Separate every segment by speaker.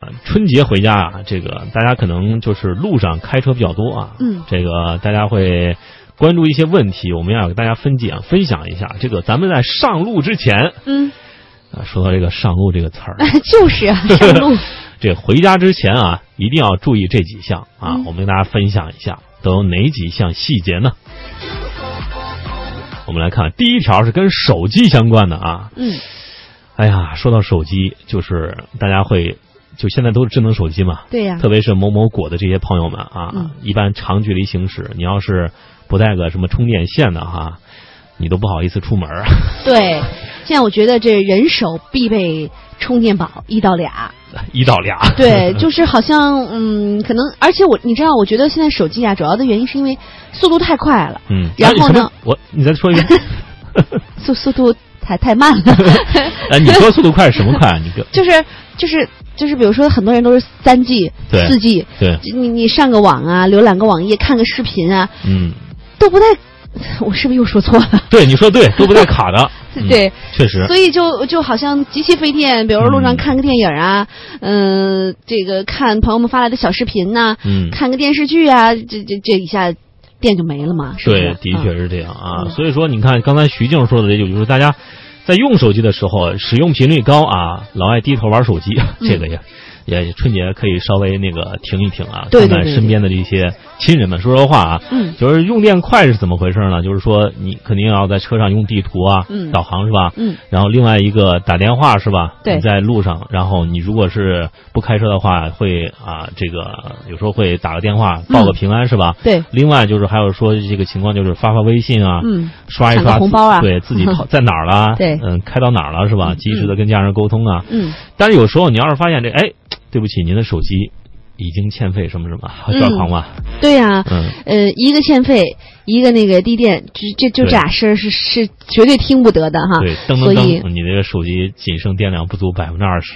Speaker 1: 呃春节回家啊，这个大家可能就是路上开车比较多啊，
Speaker 2: 嗯
Speaker 1: 这个大家会关注一些问题，我们要给大家分解啊分享一下。这个咱们在上路之前
Speaker 2: 嗯，
Speaker 1: 啊，说到这个“上路”这个词儿，
Speaker 2: 就是 啊，上路，
Speaker 1: 这回家之前啊，一定要注意这几项啊，
Speaker 2: 嗯
Speaker 1: 我们跟大家分享一下都有哪几项细节呢？我们来看，第一条是跟手机相关的啊。
Speaker 2: 嗯
Speaker 1: 哎呀，说到手机，就是大家会，就现在都是智能手机嘛，
Speaker 2: 对呀、
Speaker 1: 特别是某某果的这些朋友们啊，
Speaker 2: 嗯
Speaker 1: 一般长距离行驶，你要是不带个什么充电线的哈、你都不好意思出门啊。
Speaker 2: 对。现在我觉得这人手必备充电宝一到俩，
Speaker 1: 一到俩，
Speaker 2: 对，就是好像嗯，可能而且我你知道，我觉得现在手机啊，主要的原因是因为速度太快了，
Speaker 1: 嗯，
Speaker 2: 然
Speaker 1: 哎？你
Speaker 2: 后呢
Speaker 1: 什么我你再说一 遍。
Speaker 2: 速速度太太慢 了，
Speaker 1: 嗯哎，你说速度快是什么快啊？你个
Speaker 2: 就是就是就是，比如说很多人都是三 G、
Speaker 1: 对
Speaker 2: 四 G，
Speaker 1: 对，
Speaker 2: 你你上个网啊，浏览个网页，看个视频啊，
Speaker 1: 嗯，
Speaker 2: 都不太， 我是不是又说错了？
Speaker 1: 对，你说对，都不带卡 的，嗯
Speaker 2: 对，
Speaker 1: 确实，
Speaker 2: 所以就就好像极其费电，比如说路上
Speaker 1: 嗯
Speaker 2: 看个电影啊，嗯、这个看朋友们发来的小视频呐、
Speaker 1: 嗯，
Speaker 2: 看个电视剧啊，这这这一下电就没了嘛，是不
Speaker 1: 对
Speaker 2: 是？，
Speaker 1: 的确是这样啊。
Speaker 2: 嗯
Speaker 1: 所以说，你看刚才徐静说的这句，就是大家在用手机的时候，使用频率高啊，老爱低头玩手机，
Speaker 2: 嗯
Speaker 1: 这个也。也春节可以稍微那个停一停啊，
Speaker 2: 对对
Speaker 1: 看看
Speaker 2: 对
Speaker 1: 身边的这些亲人们说说话啊。
Speaker 2: 嗯
Speaker 1: 就是用电快是怎么回事呢？就是说你肯定要在车上用地图啊，
Speaker 2: 嗯
Speaker 1: 导航是吧？
Speaker 2: 嗯
Speaker 1: 然后另外一个打电话是吧？
Speaker 2: 对
Speaker 1: 你在路上，然后你如果是不开车的话，会啊这个有时候会打个电话报
Speaker 2: 嗯
Speaker 1: 个平安、是吧？
Speaker 2: 对，
Speaker 1: 另外就是还有说这个情况就是发发微信啊，
Speaker 2: 嗯
Speaker 1: 刷一
Speaker 2: 抢
Speaker 1: 刷
Speaker 2: 个红包啊
Speaker 1: 对自己 跑在哪儿了，
Speaker 2: 对
Speaker 1: 嗯，开到哪儿了是吧？及时的跟家人沟通啊。
Speaker 2: 嗯，
Speaker 1: 但是有时候你要是发现这，哎，对不起，您的手机已经欠费什么什么，
Speaker 2: 嗯
Speaker 1: 抓狂吧，
Speaker 2: 对呀、
Speaker 1: 嗯，
Speaker 2: 呃，一个欠费，一个那个低电，这这就这俩声儿是是绝对听不得的哈。
Speaker 1: 对，噔
Speaker 2: 啊所
Speaker 1: 噔
Speaker 2: 以
Speaker 1: 噔，你这个手机仅剩电量不足百分之二 十，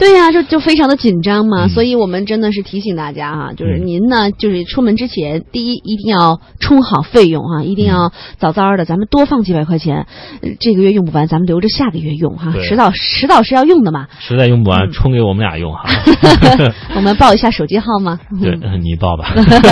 Speaker 2: 对呀、就就非常的紧张嘛，
Speaker 1: 嗯
Speaker 2: 所以我们真的是提醒大家哈、就是
Speaker 1: 嗯
Speaker 2: 您呢，就是出门之前，第一一定要充好费用
Speaker 1: 嗯
Speaker 2: 哈、一定要早早的，咱们多放几百块钱，呃这个月用不完，咱们留着下个月用哈、
Speaker 1: 对
Speaker 2: 迟早迟早是要用的嘛，
Speaker 1: 实在用不
Speaker 2: 嗯
Speaker 1: 完，充给我们俩 用哈。
Speaker 2: 我们报一下手机号吗？
Speaker 1: 对，
Speaker 2: 嗯
Speaker 1: 你报 吧。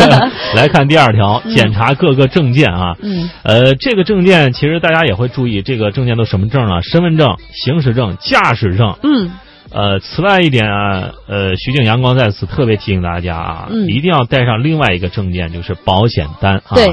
Speaker 1: 来看第二条，检查各个证件啊。
Speaker 2: 嗯，
Speaker 1: 呃，这个证件其实大家也会注意，这个证件都什么证了？身份证、行驶证、驾驶证。
Speaker 2: 嗯，
Speaker 1: 呃，此外一点啊，呃，徐静阳光在此特别提醒大家啊，
Speaker 2: 嗯
Speaker 1: 一定要带上另外一个证件，就是保险单啊。
Speaker 2: 对。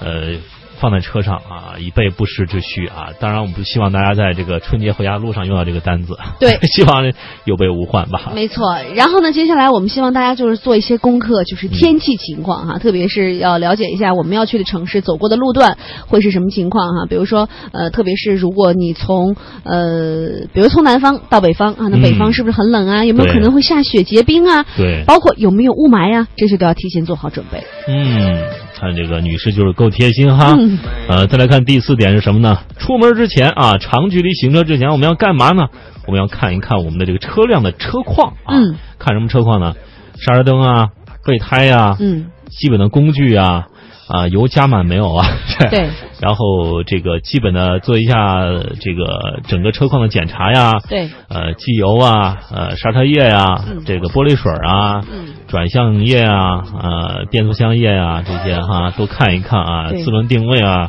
Speaker 1: 呃。放在车上啊，以备不时之需啊！当然，我们不希望大家在这个春节回家路上用到这个单子。
Speaker 2: 对
Speaker 1: 希望有备无患吧。
Speaker 2: 没错，然后呢，接下来我们希望大家就是做一些功课，就是天气情
Speaker 1: 嗯
Speaker 2: 况哈、特别是要了解一下我们要去的城市走过的路段会是什么情况哈、比如说，呃，特别是如果你从呃，比如从南方到北方啊，那
Speaker 1: 嗯
Speaker 2: 北方是不是很冷啊？有没有
Speaker 1: 对
Speaker 2: 可能会下雪结冰啊？
Speaker 1: 对。
Speaker 2: 包括有没有雾霾啊？这些都要提前做好准备。
Speaker 1: 嗯，看这个女士就是够贴心哈。
Speaker 2: 嗯
Speaker 1: 呃，再来看第四点是什么呢？出门之前啊，长距离行车之前，我们要干嘛呢？我们要看一看我们的这个车辆的车况啊。
Speaker 2: 嗯。
Speaker 1: 看什么车况呢？刹车灯啊，备胎啊，
Speaker 2: 嗯，
Speaker 1: 基本的工具啊，啊，油加满没有啊？
Speaker 2: 对。
Speaker 1: 然后这个基本的做一下这个整个车况的检查呀。
Speaker 2: 对，
Speaker 1: 呃，机油啊，呃，刹车液呀、
Speaker 2: 嗯
Speaker 1: 这个玻璃水啊，
Speaker 2: 嗯
Speaker 1: 转向液啊，呃，变速箱液啊，这些哈都看一看啊，
Speaker 2: 对
Speaker 1: 四轮定位啊，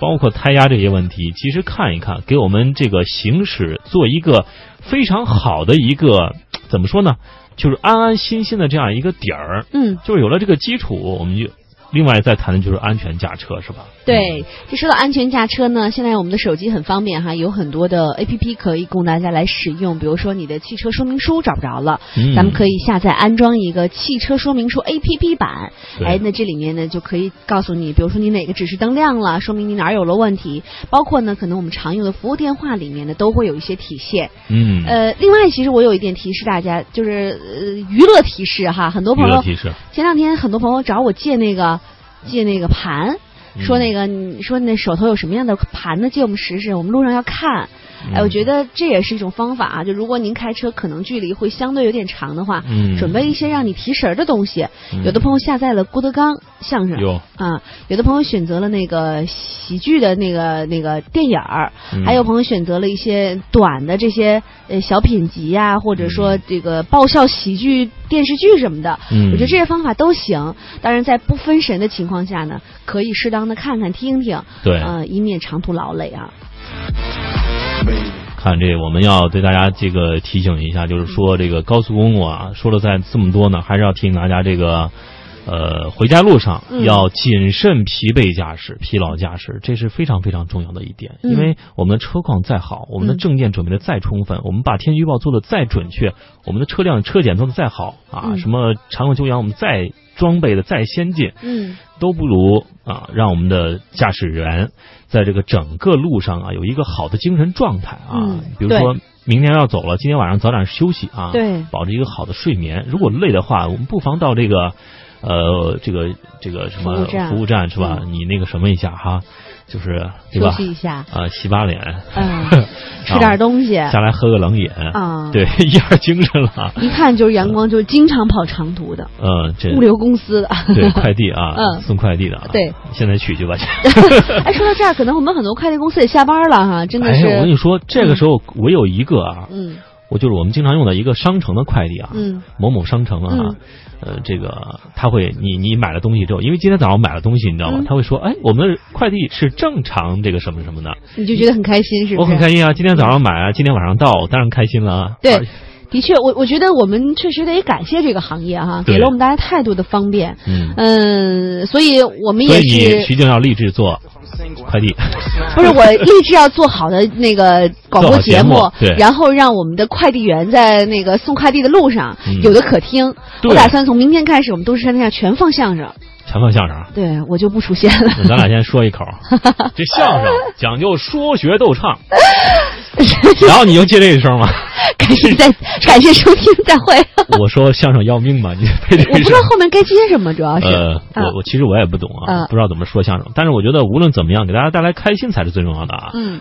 Speaker 1: 包括胎压这些问题，其实看一看，给我们这个行驶做一个非常好的一个怎么说呢，就是安安心心的这样一个底儿，
Speaker 2: 嗯。
Speaker 1: 就是有了这个基础，我们就另外再谈的就是安全驾车，是吧？
Speaker 2: 对，这说到安全驾车呢，现在我们的手机很方便哈，有很多的 A P P 可以供大家来使用。比如说你的汽车说明书找不着了，
Speaker 1: 嗯，
Speaker 2: 咱们可以下载安装一个汽车说明书 A P P 版。
Speaker 1: 对
Speaker 2: 哎，那这里面呢就可以告诉你，比如说你哪个指示灯亮了，说明你哪儿有了问题。包括呢，可能我们常用的服务电话里面呢都会有一些体现。
Speaker 1: 嗯，
Speaker 2: 呃，另外其实我有一点提示大家，就是呃娱乐提示哈，很多
Speaker 1: 娱
Speaker 2: 朋
Speaker 1: 乐
Speaker 2: 友
Speaker 1: 提示，嗯
Speaker 2: 前两天很多朋友找我借那个借那个盘，说那个你说那手头有什么样的盘呢？借我们试试，我们路上要看。哎，我觉得这也是一种方法啊。就如果您开车可能距离会相对有点长的话，
Speaker 1: 嗯
Speaker 2: 准备一些让你提神儿的东西。
Speaker 1: 嗯
Speaker 2: 有的朋友下载了郭德纲相声，
Speaker 1: 有
Speaker 2: 啊，有的朋友选择了那个喜剧的那个那个电影儿，
Speaker 1: 嗯
Speaker 2: 还有朋友选择了一些短的这些呃小品集呀、或者说这个爆笑喜剧电视剧什么的。
Speaker 1: 嗯
Speaker 2: 我觉得这些方法都行。当然，在不分神的情况下呢，可以适当的看看听听，
Speaker 1: 对
Speaker 2: 呃，以免长途劳累啊。
Speaker 1: 看这，我们要对大家这个提醒一下，就是说这个高速公路啊，说了在这么多呢，还是要提醒大家这个，呃，回家路上
Speaker 2: 嗯
Speaker 1: 要谨慎疲惫驾驶、疲劳驾驶，这是非常非常重要的一点。
Speaker 2: 嗯
Speaker 1: 因为我们的车况再好，我们的证件准备的再充
Speaker 2: 嗯
Speaker 1: 分，我们把天气预报做的再准确，我们的车辆车检做的再好啊，
Speaker 2: 嗯
Speaker 1: 什么常用修养我们再装备的再先进，
Speaker 2: 嗯
Speaker 1: 都不如啊，让我们的驾驶员在这个整个路上啊有一个好的精神状态啊。
Speaker 2: 嗯
Speaker 1: 比如说明天要走了，今天晚上早点休息啊，
Speaker 2: 对
Speaker 1: 保持一个好的睡眠。如果累的话，我们不妨到这个呃这个这个什么
Speaker 2: 服务站嗯
Speaker 1: 服务站是吧？你那个什么一下哈，就是对
Speaker 2: 休
Speaker 1: 吧？
Speaker 2: 息一下，
Speaker 1: 啊、洗把脸，，
Speaker 2: 嗯 吃点东西
Speaker 1: 下来喝个冷饮
Speaker 2: 啊
Speaker 1: 对， 一下精神了。
Speaker 2: 一看就是阳光，就是经常跑长途的
Speaker 1: 嗯、这
Speaker 2: 物流公司的。
Speaker 1: 对快递啊，
Speaker 2: 嗯
Speaker 1: 送快递的啊，
Speaker 2: 对，
Speaker 1: 现在取去吧。
Speaker 2: 哎，说到这儿，可能我们很多快递公司也下班了哈，真的是，
Speaker 1: 哎，我跟你说，这个时候我有一个啊，
Speaker 2: 嗯
Speaker 1: 我就是我们经常用的一个商城的快递啊，
Speaker 2: 嗯
Speaker 1: 某某商城啊，
Speaker 2: 嗯
Speaker 1: 呃，这个他会，你你买了东西之后，因为今天早上买了东西，你知道吗？
Speaker 2: 嗯
Speaker 1: 他会说，哎，我们的快递是正常这个什么什么的，
Speaker 2: 你就觉得很开心，是不是？嗯
Speaker 1: 我很开心啊，今天早上买啊，今天晚上到，我当然开心了啊。
Speaker 2: 对
Speaker 1: 而
Speaker 2: 的确，我我觉得我们确实得感谢这个行业哈，
Speaker 1: 对
Speaker 2: 给了我们大家太多的方便。
Speaker 1: 嗯，
Speaker 2: 嗯，所以我们
Speaker 1: 所
Speaker 2: 也
Speaker 1: 以你
Speaker 2: 是
Speaker 1: 徐静要立志做快 递，
Speaker 2: 不是我立志要做好的那个广播节
Speaker 1: 做好节目对
Speaker 2: 然后让我们的快递员在那个送快递的路上
Speaker 1: 嗯
Speaker 2: 有的可听。
Speaker 1: 对
Speaker 2: 我打算从明天开始，我们都市山下全放相声，
Speaker 1: 全放相声啊。
Speaker 2: 对我就不出现了。
Speaker 1: 那咱俩先说一口，这相声讲究说学逗 唱，然后你就接这一声嘛。
Speaker 2: 感谢再感谢收听，再会。
Speaker 1: 我说相声要命吗？你配这
Speaker 2: 我
Speaker 1: 一
Speaker 2: 不知
Speaker 1: 声
Speaker 2: 道。后面该接什么，主要是。
Speaker 1: 呃，
Speaker 2: 啊
Speaker 1: 我我其实我也不懂啊，
Speaker 2: 啊
Speaker 1: 不知道怎么说相声，但是我觉得无论怎么样，给大家带来开心才是最重要的啊。
Speaker 2: 嗯。